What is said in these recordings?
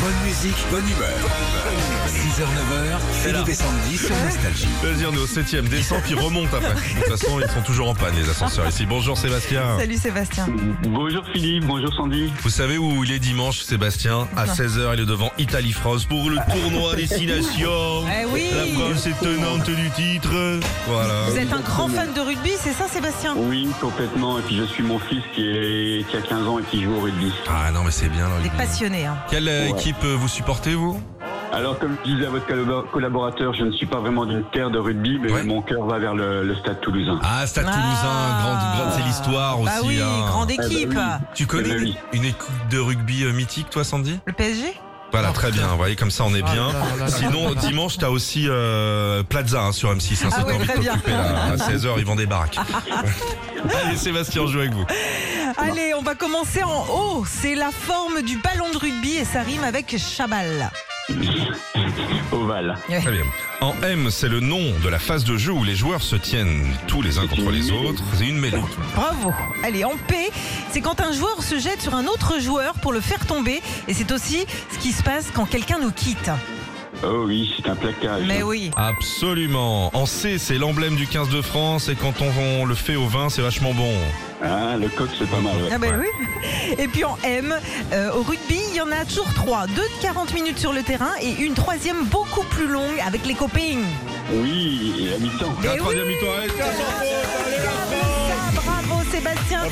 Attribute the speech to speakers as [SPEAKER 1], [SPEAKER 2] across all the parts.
[SPEAKER 1] Bonne musique, bonne humeur. 6h, 9h, Philippe et Sandy sur Nostalgie.
[SPEAKER 2] C'est-à-dire, on est au 7ème descend puis remonte après. De toute façon, ils sont toujours en panne, les ascenseurs ici. Bonjour Sébastien.
[SPEAKER 3] Salut Sébastien.
[SPEAKER 4] Bonjour Philippe, bonjour Sandy.
[SPEAKER 2] Vous savez où il est dimanche, Sébastien À
[SPEAKER 3] Ah.
[SPEAKER 2] 16h, il est devant Italie-France pour le tournoi Destination.
[SPEAKER 3] Eh oui.
[SPEAKER 2] La France est tenante du titre. Voilà.
[SPEAKER 3] Vous êtes un grand fan de rugby, c'est ça Sébastien
[SPEAKER 4] Oui, complètement. Et puis je suis mon fils qui, est, qui a 15 ans et qui joue au rugby.
[SPEAKER 2] Ah non, mais c'est bien. le
[SPEAKER 3] Vous
[SPEAKER 2] rugby.
[SPEAKER 3] êtes passionné. hein.
[SPEAKER 2] Quelle euh,
[SPEAKER 4] Ouais.
[SPEAKER 2] équipe euh, vous supportez, vous
[SPEAKER 4] Alors comme je disais à votre collab- collaborateur, je ne suis pas vraiment d'une terre de rugby, mais
[SPEAKER 2] Ouais.
[SPEAKER 4] mon cœur va vers le, le stade toulousain.
[SPEAKER 2] Ah, Stade
[SPEAKER 3] Ah.
[SPEAKER 2] Toulousain, grande, grande, c'est l'histoire aussi.
[SPEAKER 3] Bah oui,
[SPEAKER 2] hein.
[SPEAKER 3] grande équipe.
[SPEAKER 4] Eh ben
[SPEAKER 2] Tu connais
[SPEAKER 4] Eh ben oui.
[SPEAKER 2] une équipe de rugby euh, mythique, toi, Sandy
[SPEAKER 3] Le PSG Oh,
[SPEAKER 2] Voilà, très bien. Vous voyez, comme ça, on est bien.
[SPEAKER 3] Ah,
[SPEAKER 2] Sinon, dimanche, t'as aussi euh, Plaza hein, sur M6. Hein,
[SPEAKER 3] Ah
[SPEAKER 2] si t'as
[SPEAKER 3] ouais,
[SPEAKER 2] envie de
[SPEAKER 3] très bien.
[SPEAKER 2] t'occuper, là, à 16h, ils vendent des baraques. Allez, Sébastien, on joue avec vous.
[SPEAKER 3] Allez, on va commencer en haut. C'est la forme du ballon de rugby et ça rime avec Chabal.
[SPEAKER 4] Ovale.
[SPEAKER 2] Très bien. En M, c'est le nom de la phase de jeu où les joueurs se tiennent tous les uns contre les autres. C'est une mêlée.
[SPEAKER 3] Bravo. Allez, en P, c'est quand un joueur se jette sur un autre joueur pour le faire tomber. Et c'est aussi ce qui se passe quand quelqu'un nous quitte.
[SPEAKER 4] Oh oui, c'est un placage.
[SPEAKER 3] Mais Ah oui.
[SPEAKER 2] Absolument. En C, c'est l'emblème du 15 de France et quand on, on le fait au vin, c'est vachement bon.
[SPEAKER 4] Ah, le coq c'est pas mal. ouais.
[SPEAKER 3] Ah ben oui. Et puis en M, euh, au rugby, il y en a toujours trois. Deux de 40 minutes sur le terrain et une troisième beaucoup plus longue avec les copains.
[SPEAKER 4] Oui, et à mi-temps.
[SPEAKER 3] Mais
[SPEAKER 2] La
[SPEAKER 3] oui.
[SPEAKER 2] troisième victoire, allez, tiens, sans faute, allez, la France
[SPEAKER 3] Ah, bravo Sébastien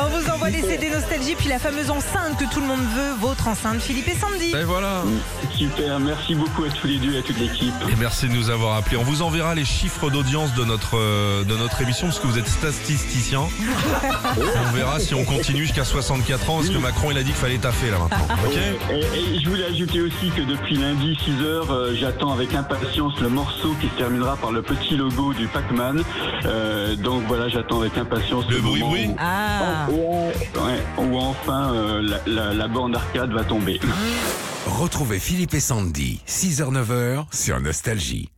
[SPEAKER 3] On vous envoie les CD Nostalgie puis la fameuse enceinte que tout le monde veut, votre enceinte Philippe et Sandy.
[SPEAKER 2] Et voilà.
[SPEAKER 4] Super, merci beaucoup à tous les deux et à toute l'équipe.
[SPEAKER 2] Et merci de nous avoir appelés. On vous enverra les chiffres d'audience de notre euh, de notre émission parce que vous êtes statisticien. on verra si on continue jusqu'à 64 ans parce que Macron il a dit qu'il fallait taffer là maintenant. Ok
[SPEAKER 4] Et, et je voulais ajouter aussi que depuis lundi 6h, j'attends avec impatience le morceau qui se terminera par le petit logo du Pac-Man. Euh, donc voilà, j'attends avec impatience
[SPEAKER 2] Le
[SPEAKER 4] le moment
[SPEAKER 2] bruit-bruit
[SPEAKER 4] où- Oh,
[SPEAKER 3] Ah
[SPEAKER 4] Ouais, où enfin euh, la, la- la borne d'arcade va tomber.
[SPEAKER 1] Retrouvez Philippe et Sandy, 6h, 9h sur Nostalgie.